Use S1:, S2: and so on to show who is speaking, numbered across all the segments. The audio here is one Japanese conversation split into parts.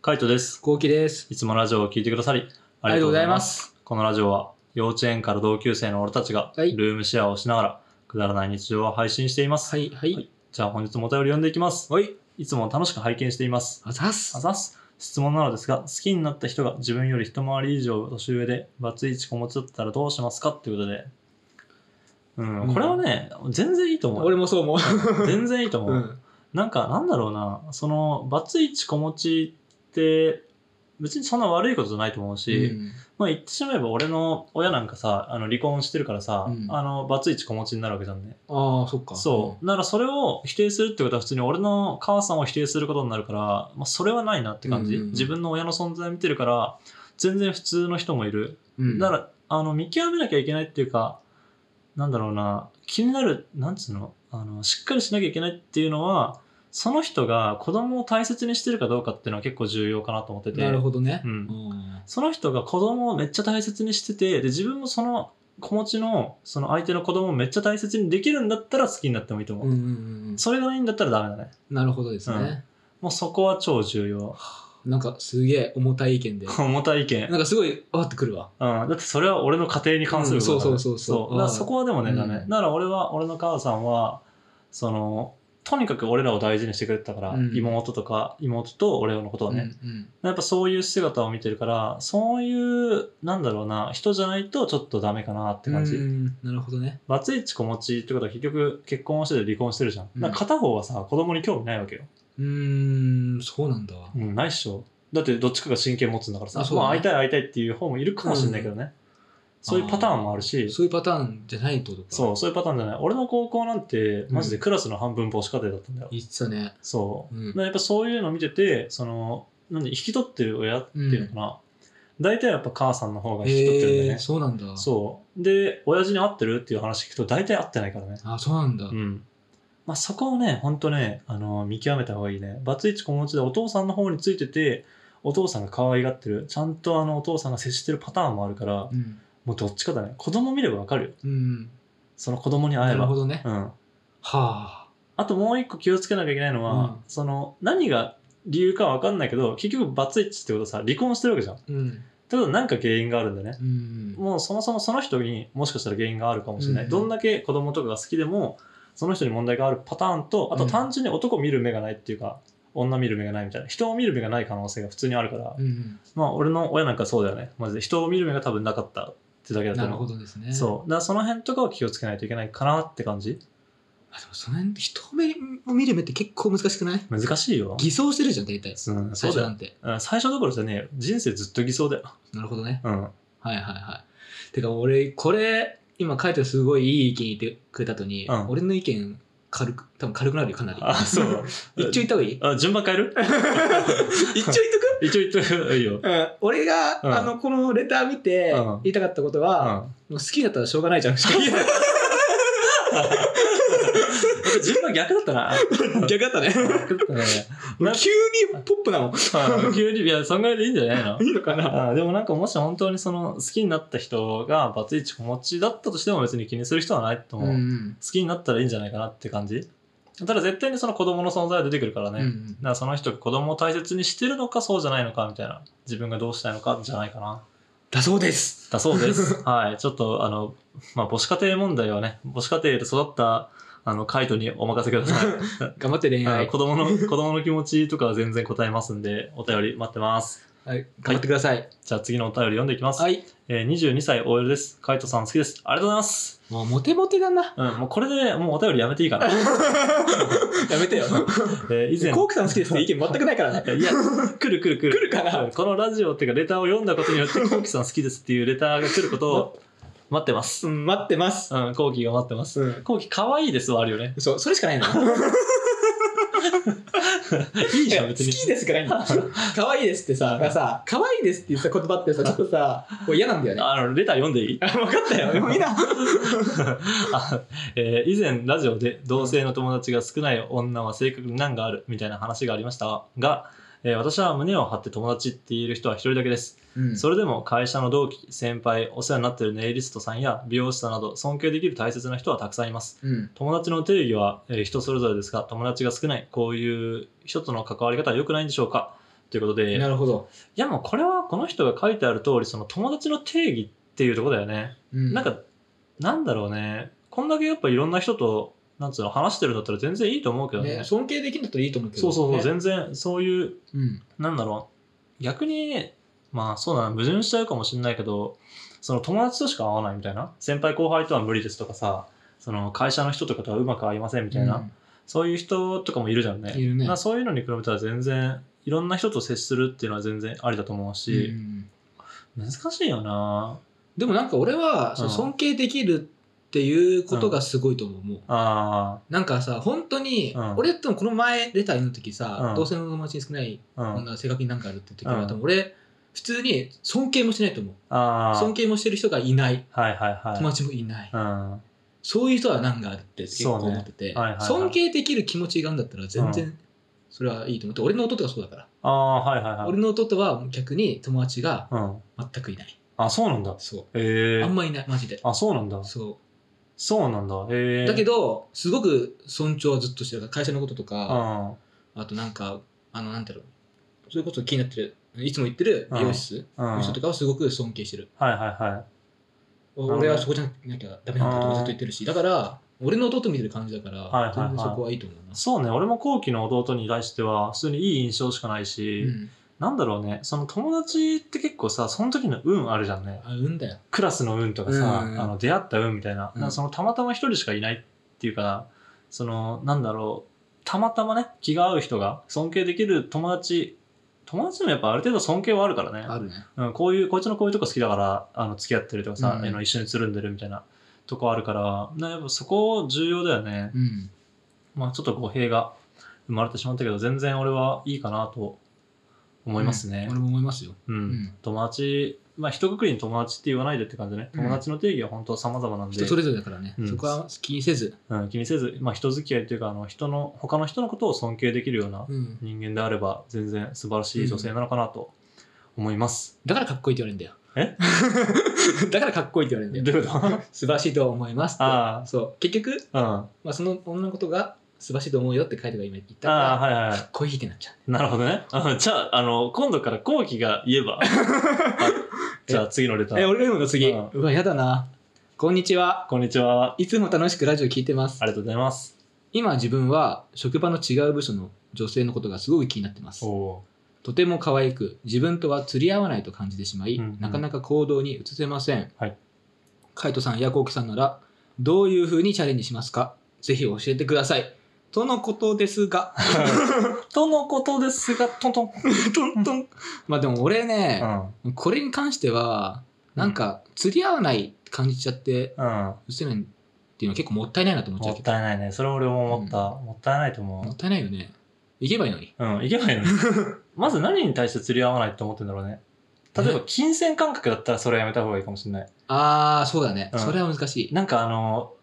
S1: カイトです。
S2: こうきです。
S1: いつもラジオを聞いてくださり、あ
S2: あ
S1: りがとう
S2: りがとう
S1: ご
S2: ご
S1: ざ
S2: ざ
S1: い
S2: い
S1: ま
S2: ますす。
S1: このラジオは、幼稚園から同級生の俺たちが、
S2: はい
S1: ルームシェアをしながら、くだらない日常を配信しています。
S2: はい、は
S1: はい
S2: い。
S1: じゃあ本日もお便り読んでいきます。
S2: はい。
S1: いつも楽しく拝見しています。
S2: あざっす
S1: あ。ざっす。質問なのですが、好きになった人が自分より一回り以上年上で、バツイチ子持ちだったらどうしますかってことで。うん、
S2: うん
S1: これはね、全然いいと思う。
S2: 俺もそう思う。
S1: 全然いいと 思う。
S2: うん。
S1: なんかなんだろうなそのバツイチ子持ちって別にそんな悪いことじゃないと思うし、まあ言ってしまえば俺の親なんかさあの離婚してるからさ、
S2: うん
S1: あのバツイチ子持ちになるわけじゃんね
S2: ああ、そっか。
S1: そうならそれを否定するってことは普通に俺の母さんを否定することになるから、まあ、それはないなって感じ、
S2: うん
S1: 自分の親の存在見てるから全然普通の人もいる、
S2: うん。うん
S1: ならあの見極めなきゃいけないっていうかなんだろうな気になるなんつうのあのしっかりしなきゃいけないっていうのはその人が子供を大切にしてるかどうかっていうのは結構重要かなと思ってて
S2: なるほどね。
S1: うん
S2: ん。
S1: その人が子供をめっちゃ大切にしててで自分もその子持ちのその相手の子供をめっちゃ大切にできるんだったら好きになってもいいと思
S2: う
S1: う、
S2: んうんうんうん。
S1: それがいいんだったらダメだね
S2: なるほどですね。
S1: もうそこは超重 要
S2: なんかすげえ重たい意見で。
S1: 重たい意見、うん
S2: なんかすごい、わーってくるわ。
S1: だってそれは俺の家庭に関することだから、
S2: うんそうそうそうそう
S1: だからそこはでもね
S2: うん
S1: ダメ、だから俺は俺の母さんはそのとにかく俺らを大事にしてくれてたから、
S2: うん
S1: 妹とか妹と俺のことはね、
S2: うん
S1: やっぱそういう姿を見てるからそういうなんだろうな人じゃないとちょっとダメかなって感じ、
S2: うん。なるほどね。
S1: バツイチ子持ちってことは結局結婚をしてて離婚してるじゃん。
S2: うん
S1: だから片方はさ、子供に興味ないわけよ。
S2: うーん、そうなんだわ。
S1: うん、ないっしょ。だってどっちかが神経持つんだからさ、
S2: あそうだね
S1: まあ会いたい会いたいっていう方もいるかもしれないけどね。そういうパターンもあるし、
S2: そういうパターンじゃないってことか。
S1: そう、そういうパターンじゃない。俺の高校なんて、マジでクラスの半分母子家庭だったんだよ。
S2: 言ってたね。
S1: そう。
S2: うん
S1: だからやっぱそういうの見てて、その、なんで引き取ってる親っていうのかな。大体やっぱ母さんの方が引き取ってるんだ
S2: へ
S1: よ
S2: え、
S1: ね。
S2: そうなんだ。
S1: そう。で、親父に会ってるっていう話聞くと、大体会ってないからね。
S2: あ、そうなんだ。
S1: うんまあ、そこをね、ほんとね、あの見極めた方がいいね。バツイチ子持ちでお父さんの方についてて、お父さんが可愛がってる、ちゃんとあのお父さんが接してるパターンもあるから
S2: う、ん。
S1: もうどっちかだね。子供見ればわかるよ。
S2: うん。
S1: その子供に会
S2: な
S1: え
S2: る
S1: ば。
S2: ほどね。
S1: うん、
S2: はあ。
S1: あともう一個気をつけなきゃいけないのは、
S2: うん
S1: その何が理由かわかんないけど、結局バツイチってことはさ、離婚してるわけじゃん。って
S2: うん。
S1: ことは何か原因があるんだね。
S2: うん。
S1: もうそもそもその人にもしかしたら原因があるかもしれない、
S2: うん
S1: どんだけ子供とかが好きでもその人に問題があるパターンとあと
S2: うん
S1: 単純に男を見る目がないっていうか、女見る目がないみたいな人を見る目がない可能性が普通にあるから、
S2: うん
S1: まあ俺の親なんかそうだよねマジで人を見る目が多分なかったってだけだと
S2: なる
S1: 思
S2: ほ
S1: う、
S2: どですね。
S1: そうだからその辺とかを気をつけないといけないかなって感じ
S2: あでもその辺人を見見る目って結構難しくない
S1: 難しいよ、
S2: 偽装してるじゃん大体
S1: うん、そ
S2: 最
S1: う
S2: 初
S1: だ
S2: な
S1: よ
S2: んて
S1: うん最初どころじゃねえよ人生ずっと偽装だよ、
S2: なるほどね
S1: うん、
S2: はいはいはいてか俺これ今書いてすごいいい意見言ってくれた後に、
S1: うん
S2: 俺の意見軽く多分軽くなるよかなり
S1: あそう
S2: 一応言った方が いい
S1: あ順番変え る
S2: 一応言っとく
S1: 一応言っとくいいよ、
S2: うん、俺が、
S1: うん
S2: あのこのレター見て、
S1: うん
S2: 言いたかったこと
S1: う
S2: は、
S1: ん
S2: もう好きだったらしょうがないじゃん逆
S1: 僕順番逆だったな。
S2: だったね
S1: 逆だったね。
S2: 俺急にポップなの
S1: あ急に、いや、そんぐらいでいいんじゃないの
S2: いいのかな
S1: あでもなんかもし本当にその好きになった人がバツイチ子持ちだったとしても別に気にする人はないと思う、
S2: う
S1: 好
S2: ん
S1: きになったらいいんじゃないかなって感じただ絶対にその子供の存在は出てくるから
S2: う
S1: ね、だか
S2: ん
S1: らその人が子供を大切にしてるのかそうじゃないのかみたいな自分がどうしたいのかじゃないかな
S2: だそうです
S1: だそうです。 はい。ちょっと、あの、まあ、母子家庭問題はね、母子家庭で育った、あの、カイトにお任せください。
S2: 頑張って恋
S1: あの
S2: 愛、
S1: 子供の子供の気持ちとかは全然答えますんでお便り待ってます
S2: はい、頑張ってください
S1: じゃあ次のお便り読んでいきます、
S2: はい。
S1: えー、22歳 OL ですカイトさん好きですありがとうございます
S2: もうモテモテだな。
S1: うんもうこれでもうお便りやめていいかな、え
S2: やめ てよ。
S1: ー以前
S2: コウキさん好きですって意見全くないから ね。
S1: いや来る来る来る
S2: 来るかな
S1: うんこのラジオっていうかレターを読んだことによってコウキさん好きですっていうレターが来ることを待ってます
S2: うん、待ってます。
S1: うんコウキが待ってます
S2: うん。
S1: コウキ可愛いですはあるよね
S2: そう、それしかないの。
S1: いい
S2: い
S1: じゃ
S2: や
S1: ん
S2: 好
S1: 別に
S2: きですからいいの。 可愛いですってさ、がさ、可愛いですって言った言葉ってさ、ちょっとさ、こう嫌なんだよね。
S1: あのレター読んでい い
S2: あ、分かったよ。もういいな。
S1: あえー以前ラジオで同性の友達が少ない女は性格に難があるみたいな話がありましたが、えー私は胸を張って友達って言える人は一人だけです、
S2: うん
S1: それでも会社の同期先輩お世話になってるネイリストさんや美容師さんなど尊敬できる大切な人はたくさんいます
S2: うん。
S1: 友達の定義は、えー人それぞれですが友達が少ないこういう人との関わり方は良くないんでしょうかっていうことで、
S2: なるほど。
S1: いやもうこれはこの人が書いてある通りその友達の定義っていうところだよね、な
S2: な
S1: ん、かなんだろうねこんだけやっぱいろんな人となんつうの話してるんだったら全然いいと思うけどね
S2: ね、尊敬できるんだったらいいと思うけど。
S1: そうそうそう、
S2: ね
S1: 全然そういう
S2: うん。
S1: なんだろう逆にまあそうだな矛盾しちゃうかもしれないけどその友達としか会わないみたいな先輩後輩とは無理ですとかさその会社の人とかとはうまく合いませんみたいな、そういう人とかもいるじゃんね
S2: いるね
S1: まあそういうのに比べたら全然いろんな人と接するっていうのは全然ありだと思う
S2: うんう
S1: し、
S2: ん
S1: 難しいよな
S2: でもなんか俺は、その尊敬できるっていうことがすごいと思う。もう
S1: あ
S2: なんかさ、本当に、
S1: うん
S2: 俺ともこの前レターの時
S1: う
S2: さ
S1: ん、
S2: 同性の友達に少ない
S1: あうん
S2: 女が正確になんかあるって時は、
S1: うん
S2: 多分俺、普通に尊敬もしないと思う。
S1: あー
S2: 尊敬もしてる人がいない。
S1: はいはいはい
S2: 友達もいない。
S1: うん
S2: そういう人は難があるって結構思ってて、
S1: そうねはいはいはい
S2: 尊敬できる気持ちがあるんだったら全然それはいいと思って、俺の弟がそうだから、
S1: ああはいはいはい
S2: 俺の弟は逆に友達が
S1: うん
S2: 全くいない
S1: あそうなんだ
S2: そう、
S1: ええ
S2: あんまいないマジで
S1: あそうなんだ
S2: そ
S1: そうなんだええ
S2: うだけ
S1: ど
S2: どすごく尊重はずっとしてるから会社のことと
S1: う
S2: か、
S1: ん
S2: あとなんかあのなんだろうそれこそ気になってるいつも行ってる美容室
S1: うん
S2: の人とかはすごく尊敬してる、
S1: はいはいはいほどね
S2: 俺はそこじゃなきゃダメなんだとかずっと言ってるしだから俺の弟見てる感じだから、
S1: はいはいはい
S2: 全然そこはいいと思うな、
S1: そうね俺も後期の弟に対しては普通にいい印象しかないし、
S2: うん、
S1: なんだろうねその友達って結構さその時の運あるじゃんね
S2: あうんだよ
S1: クラスの運とかさ、
S2: うんうん
S1: あの出会った運みたいな,、
S2: うん
S1: なんかそのたまたま一人しかいないっていうかそのなんだろうたまたまね気が合う人が尊敬できる友達友達でもやっぱある程度尊敬はあるからね
S2: あるね
S1: うん、こういうこいつのこういうとこ好きだからあの付き合ってるとかさ、
S2: うん
S1: あの一緒につるんでるみたいなとこあるからなやっぱそこ重要だよね、
S2: うん
S1: まあ、ちょっと語弊が生まれてしまったけど全然俺はいいかなと思いますね、
S2: うん俺も思いますよ。
S1: うん
S2: ん
S1: 友達まあ一括りに友達って言わないでって感じね
S2: うん
S1: 友達の定義は本当様々なんで、
S2: 人それぞれだからね、
S1: うん
S2: そこは気にせず、
S1: うん、気にせず、まあ、人付き合いというかあの人の他の人のことを尊敬できるような
S2: うん
S1: 人間であれば全然素晴らしい女性なのかなと思います、
S2: だからかっこいいって言われるんだよ。え だからかっこいいって言われるんだ
S1: ど
S2: よ。
S1: ういうこと
S2: 素晴らしいとは思いますって
S1: あ
S2: そう結局、
S1: あうん
S2: まあ、その女のことが素晴らしいと思うよって書いてが今言ったから、
S1: ああ、はいはいは
S2: かっこいいってなっちゃ
S1: い。なるほどね。あじゃあ、あの、今度から後期が言えば。 はいじゃあ、次のレタ
S2: う、え
S1: ー。
S2: 俺が読むの次、
S1: う
S2: うんわやだなこんにちは
S1: こんにちは。
S2: いつも楽しくラジオ聞いてます
S1: ありがとうございます。
S2: 今自分は職場の違う部署の女性のことがすごく気になってます
S1: お
S2: とても可愛く自分とは釣り合わないと感じてしまい、
S1: うんうん
S2: なかなか行動に移せません、
S1: はい、
S2: カイトさんやコウキさんならどういうふうにチャレンジしますかぜひ教えてくださいとのことですが
S1: とのことですが、トントン。
S2: トントンまあでも俺
S1: う
S2: ね、
S1: ん。
S2: これに関してはなんか釣り合わないって感じちゃって
S1: うん。
S2: 移せないっていうのは結構もったいないなと思っち
S1: も
S2: ゃう
S1: っ
S2: けど
S1: たいないね。それ俺も思った。もったいないと
S2: も
S1: 思
S2: ったいないよね行けばいいのに
S1: う。うん。いけばいい のに。まず何に対して釣り合わないって思ってんだろうね。例えば、
S2: ね
S1: 金銭感覚だったらそれはやめた方がいいかもしれない。
S2: ああそうだね、
S1: うん
S2: それは難しい
S1: なんかあの、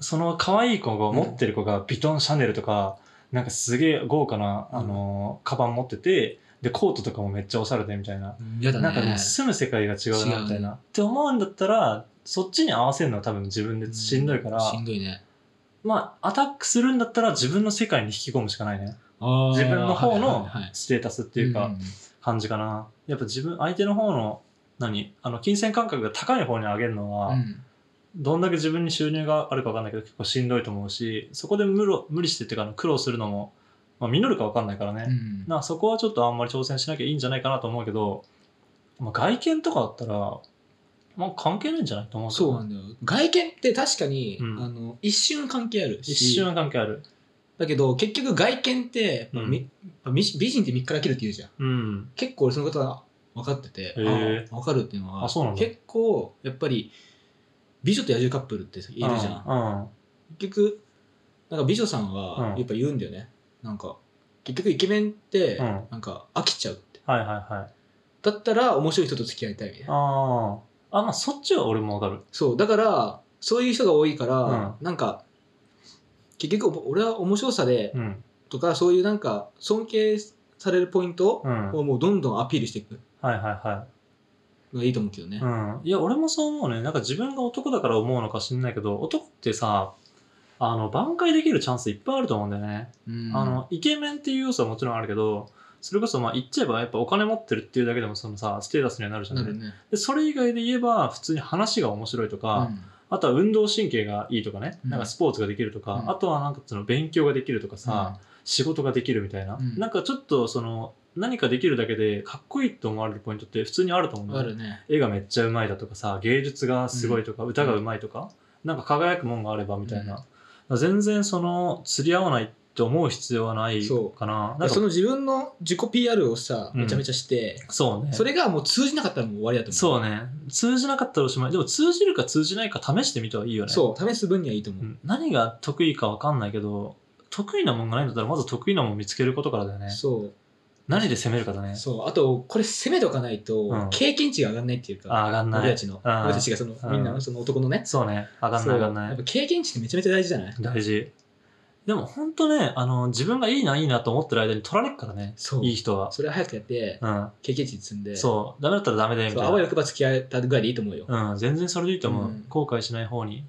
S1: その可愛い子が
S2: うん
S1: 持ってる子がビトンシャネルとか、なんかすげえ豪華な、
S2: うん
S1: あの、カバン持ってて、で、コートとかもめっちゃおしゃれでみたいな。
S2: 嫌だね
S1: なんかね、住む世界が違う
S2: 違う
S1: な
S2: ね
S1: みたいな。って思うんだったら、そっちに合わせるのは多分自分でしんどいから、
S2: しんどいね
S1: まあ、アタックするんだったら自分の世界に引き込むしかないね。
S2: 自
S1: 自分の方のステータスっていうか、感じかな。やっぱ自分、相手の方の、何あの、金銭感覚が高い方に上げるのは、どんだけ自分に収入があるか分かんないけど結構しんどいと思うしそこで無ろ無理してっていうかあの苦労するのも、まあ、実るか分かんないからね、
S2: な
S1: なそこはちょっとあんまり挑戦しなきゃいいんじゃないかなと思うけど、まあ、外見とかだったら、まあ、関係ないんじゃないと思うけど
S2: そうなんだよ外見って確かに、
S1: うん
S2: あの一瞬関係あるし
S1: 一瞬は関係ある
S2: だけど結局外見ってやっぱみ
S1: うん
S2: やっぱみ美人って3日だけるって言うじゃん
S1: うん
S2: 結構俺そのことは分かってて、
S1: へ
S2: あ分かるっていうのは
S1: あそうなんだ
S2: 結構やっぱり美女と野獣カップルっているじゃん、
S1: うん
S2: 結局なんか美女さんは
S1: うん
S2: やっぱ言うんだよね、なんか結局イケメンって
S1: うん
S2: なんか飽きちゃうって
S1: はいはいはい
S2: だったら面白い人と付き合いたいみたいな
S1: あーあまあそっちは俺も分かる
S2: そうだからそういう人が多いから、なんか結局お俺は面白さで
S1: うん
S2: とか、そういうなんか尊敬されるポイント
S1: うんはい
S2: をもうどんどんアピールしていく
S1: はいは
S2: のがいいと思うけどね、
S1: いうんいや俺もそう思うねなんか自分が男だから思うのか知んないけど男ってさあの挽回できるチャンスいっぱいあると思うんだよね
S2: うん
S1: あのイケメンっていう要素はもちろんあるけどそれこそまあ言っちゃえばやっぱお金持ってるっていうだけでもそのさステータスにはなるじゃな、
S2: ないるね。
S1: でそれ以外で言えば普通に話が面白いとか、あとは運動神経がいいとかね、
S2: うん
S1: なんかスポーツができるとか、
S2: うん
S1: あとはなんかその勉強ができるとかさ、仕事ができるみたいな、
S2: うん
S1: なんかちょっとその何かできるだけでかっこいいと思われるポイントって普通にあると思う
S2: うんん、
S1: だ
S2: あ
S1: よ
S2: るね。
S1: 絵がめっちゃうまいだとかさ芸術がすごいとか、歌がうまいとかなんか輝くもんがあればみたいな、
S2: うん
S1: だから全然その釣り合わないって思う必要はない
S2: そう
S1: かななんか
S2: その自分の自己 PR をさ、
S1: うん
S2: めちゃめちゃして、
S1: そうね
S2: それがもう通じなかったらもう終わりだと思う。
S1: そうね通じなかったらおしまいでも通じるか通じないか試してみてはいいよね
S2: そう試す分にはいいと思
S1: う
S2: う。
S1: ん何が得意か分かんないけど得意なもんがないんだったらまず得意なもん見つけることからだよね
S2: そ
S1: 何で攻めるかだね
S2: う。そう。あと、これ攻めとかないと、
S1: うん
S2: 経験値が上がんないっていうか、
S1: あ上がんない
S2: 俺たちの、
S1: うん
S2: 俺たちがその、
S1: うん
S2: みんなのその男のね、
S1: そうね上がん
S2: そ
S1: な
S2: う
S1: い上がんな
S2: やっ
S1: い
S2: ぱ経験値ってめちゃめちゃ大事じゃない
S1: 大事でも本当ねあの自分がいいないいなと思ってる間に取られるからね
S2: そう。
S1: いい人は
S2: それは早くやって、
S1: うん
S2: 経験値積んで、
S1: そうダメだったらダメだよみ
S2: そう
S1: た
S2: あわ
S1: い
S2: よくば付き合えたぐらいでいいと思うよ。
S1: なうん全然それでいいと思う、
S2: うん
S1: 後悔しない方に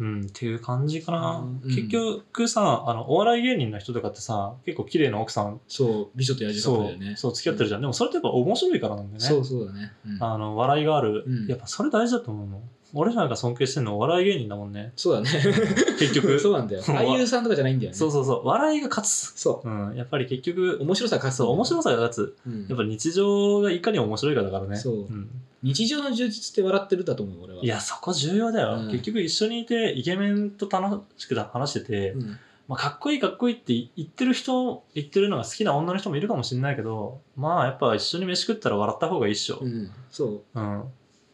S1: うんっていう感じかな、
S2: うん
S1: 結局さあのお笑い芸人の人とかってさ結構綺麗な奥さん
S2: そう、美女と野獣カップルだよね。
S1: そう付き合ってるじゃん、でもそれってやっぱ面白いからなんだよね
S2: そうそうだね。うん
S1: あの笑いがある、
S2: うん
S1: やっぱそれ大事だと思うの俺らが尊敬してるのお笑い芸人だもんね
S2: そうだね。
S1: 結局
S2: そうなんだ よ。
S1: そう
S2: 俳優さんとかじゃないんだよね。
S1: そうそうそう笑いが勝つ、
S2: そ
S1: うん、やっぱり結
S2: う。
S1: 局
S2: 面白さ勝つんだ
S1: そう
S2: よ。
S1: 面白さが勝つ
S2: うん
S1: やっぱ日常がいかに面白いかだからね、
S2: そうん日常の充実って笑ってるだと思う、俺は。
S1: いやそこ重要だよ、
S2: うん
S1: 結局一緒にいてイケメンと楽しく話してて、
S2: うん、
S1: まあ、かっこいいかっこいいって言ってる人言ってるのが好きな女の人もいるかもしれないけどまあやっぱ一緒に飯食ったら笑った方がいいっしょ、
S2: うん、そう。
S1: うん、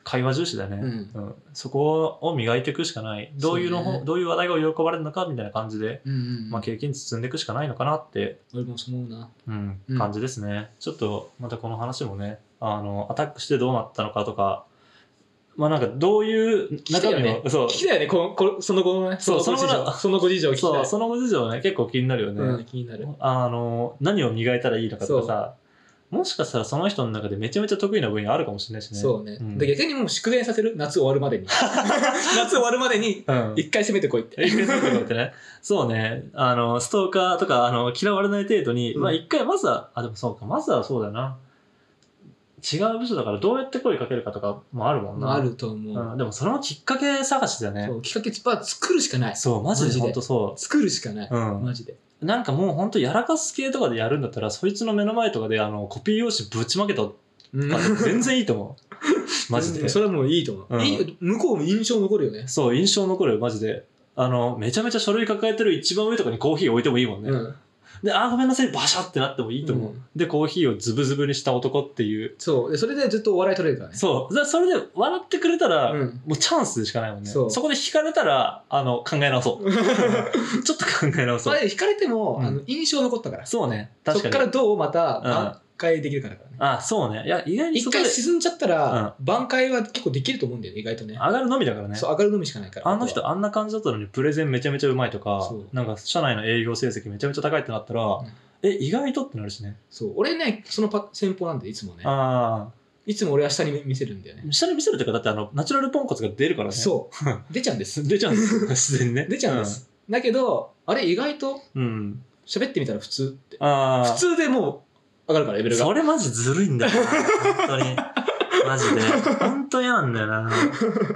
S1: 会話重視だね、
S2: うん
S1: うんそこを磨いていくしかないどういうの
S2: そうね
S1: どういう話題が喜ばれるのかみたいな感じで、
S2: うんうん
S1: まあ、経験値積んでいくしかないのかなって、
S2: 俺もそう思うな。
S1: うん
S2: うん
S1: 感じですねちょっとまたこの話もねあのアタックしてどうなったのかとかまあなんかどういう
S2: きたい
S1: 中
S2: よ
S1: 身
S2: ね
S1: の、そう
S2: 聞きたいよね、ここその後のね、
S1: そう
S2: その後事
S1: その後
S2: 情、その後事情聞きた
S1: そ。
S2: いう
S1: その後事情ね結構気になるよね、
S2: うん、気になる。
S1: あの何を磨いたらいいのかとかさもしかしたらその人の中でめちゃめちゃ得意な分野あるかもしれないしね
S2: そうね。
S1: ん
S2: で逆にもう宿題させる、夏終わるまで に。夏終わるまでに、
S1: うん
S2: 一回攻めてこいって。
S1: 一回そうってね。 そうね。あの、ストーカーとか、あの、嫌われない程度に、
S2: うん
S1: まあ一回、まずは、あ、でもそうか、まずはそうだな。違う部署だからどうやって声かけるかとかもあるもんな。
S2: あると思う。
S1: うん、でもそれもきっかけ探しだよね
S2: そ。うきっかけつば作るしかない。
S1: そう、マジ
S2: マジ
S1: で本
S2: で
S1: 当そ
S2: 作るしかない。
S1: う。うん
S2: マ、ジで。
S1: なんかもう本当やらかす系とかでやるんだったらそいつの目の前とかであのコピー用紙ぶちまけたとかでも全然いいと思 うマジで
S2: それはもういいと思う。
S1: うん
S2: いい向こうも印象残るよね。
S1: そう印象残るよマジであのめちゃめちゃ書類抱えてる一番上とかにコーヒー置いてもいいもんね、
S2: うん。
S1: で、あー、ごめんなさい、バシャってなってもいいと思う。
S2: うん
S1: で、コーヒーをズブズブにした男っていう。
S2: そう。で、それでずっとお笑い取れるからね。
S1: そう。だそれで笑ってくれたら、
S2: うん
S1: もうチャンスでしかないもんね。
S2: そ
S1: そうこで引かれたら、あの、考え直 そう。ちょっと考え直そ。
S2: そうれ引かれても、
S1: うん
S2: あの印象残ったから。
S1: そうね。
S2: そ
S1: 確
S2: こ
S1: かに。
S2: からどうまた
S1: ん
S2: 挽回できるかだからね。
S1: あ、そうね。いや、意外に
S2: 一
S1: そこで
S2: 回沈んじゃったら、挽回は結構できると思うんだよね、意外とね。
S1: 上がるのみだからね。
S2: そう、上がるのみしかないから。
S1: あの人、あんな感じだったのに、プレゼンめちゃめちゃうまいとか
S2: そう、
S1: なんか、社内の営業成績めちゃめちゃ高いってなったら、
S2: ん
S1: え、意外とってなるしね。
S2: そう、俺ね、そのパ戦法なんで、いつもね。
S1: あ
S2: いつも俺は下に見見せるんだよね。
S1: あ。下に見せるとか、だって、あの、ナチュラルポンコツが出るからね。
S2: そう、出ちゃうんで す。
S1: 出ちゃうんですよ自然にね。
S2: 出ちゃうんです。だけど、あれ、意外と
S1: うん。うん。
S2: 喋ってみたら普通って。
S1: ああ。
S2: 普通でもう上がるから、レベルが。
S1: それマジずるいんだよな。本当に。マジで。本当嫌なんだよな。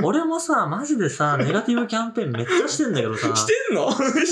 S1: 俺もさ、マジでさ、ネガティブキャンペーンめっちゃしてんだけどさ。
S2: してんのしてる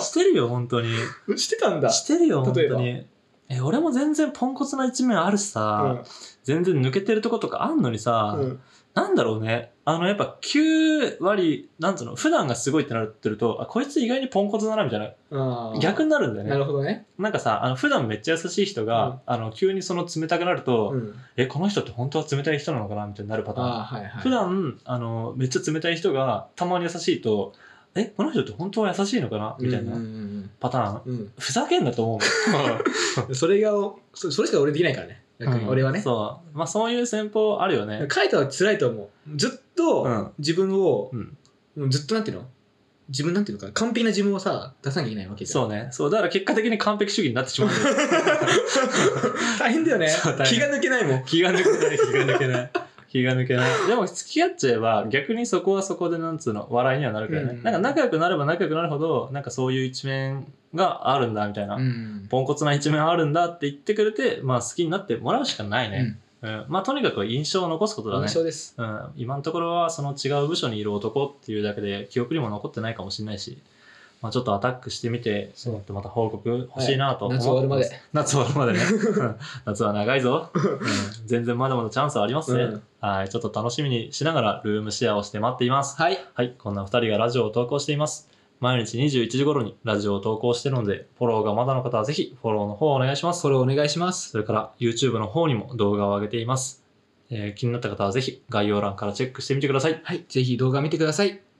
S1: してるよ、本当に。
S2: のしてたんだ。
S1: してるよ、本
S2: 例えば
S1: 当に。え、俺も全然ポンコツな一面あるしさ、全然抜けてるとことかあんのにさ、
S2: うんうん
S1: なんだろうね。あの、やっぱ9割、なんつうの、普段がすごいってなってると、あ、こいつ意外にポンコツだな、みたいな。
S2: あー
S1: 逆になるんだよね。
S2: なるほどね。
S1: なんかさあの普段めっちゃ優しい人が、
S2: うん
S1: あの急にその冷たくなると、
S2: うん
S1: えこの人って本当は冷たい人なのかなみたいになるパターン、
S2: あーはいはい。
S1: 普段あのめっちゃ冷たい人がたまに優しいとえこの人って本当は優しいのかなみたい
S2: うん
S1: な
S2: うん
S1: パターン、
S2: うん
S1: ふざけんなと思う
S2: うんそれがそそれしか俺できないからね逆
S1: の、
S2: に
S1: うん
S2: 俺はね、
S1: そうまあそういう戦法あるよね
S2: カイトは辛いと思うずっ
S1: う
S2: と
S1: ん
S2: 自分を
S1: う、ん、
S2: もうずっとなんていうの自分なんていうのか完璧な自分をさ出さなきゃいけないわけじゃ
S1: そ
S2: ん
S1: うねそうだから結果的に完璧主義になってしまうんだよ
S2: 大変だよね
S1: そう大変
S2: 気が抜けないもん
S1: 気が抜けない気が抜けない気が抜けない。でも付き合っちゃえば逆にそこはそこでなんつうの笑いにはなるからね。
S2: うん
S1: なんか仲良くなれば仲良くなるほどなんかそういう一面があるんだみたいな、
S2: うん
S1: ポンコツな一面あるんだって言ってくれて、まあ好きになってもらうしかないね。うんまあとにかく印象を残すことだね
S2: 印。象です
S1: うん、今のところはその違う部署にいる男っていうだけで記憶にも残ってないかもしれないし、まあ、ちょっとアタックしてみて
S2: そう
S1: ちょっとまた報告欲しいなと思
S2: 夏
S1: って
S2: 終わるま
S1: ます
S2: で
S1: 夏終わるまでね うん夏は長いぞ、うん全然まだまだチャンスはありますね、
S2: うん
S1: はいちょっと楽しみにしながらルームシェアをして待っています
S2: はい
S1: はいこんな2人がラジオを投稿しています毎日21時頃にラジオを投稿してるのでフォローがまだの方はぜひフォローの方をお願いします
S2: フォローお願いします
S1: それから YouTube の方にも動画を上げています。えー気になった方はぜひ概要欄からチェックしてみてください。
S2: はいぜひ動画見てください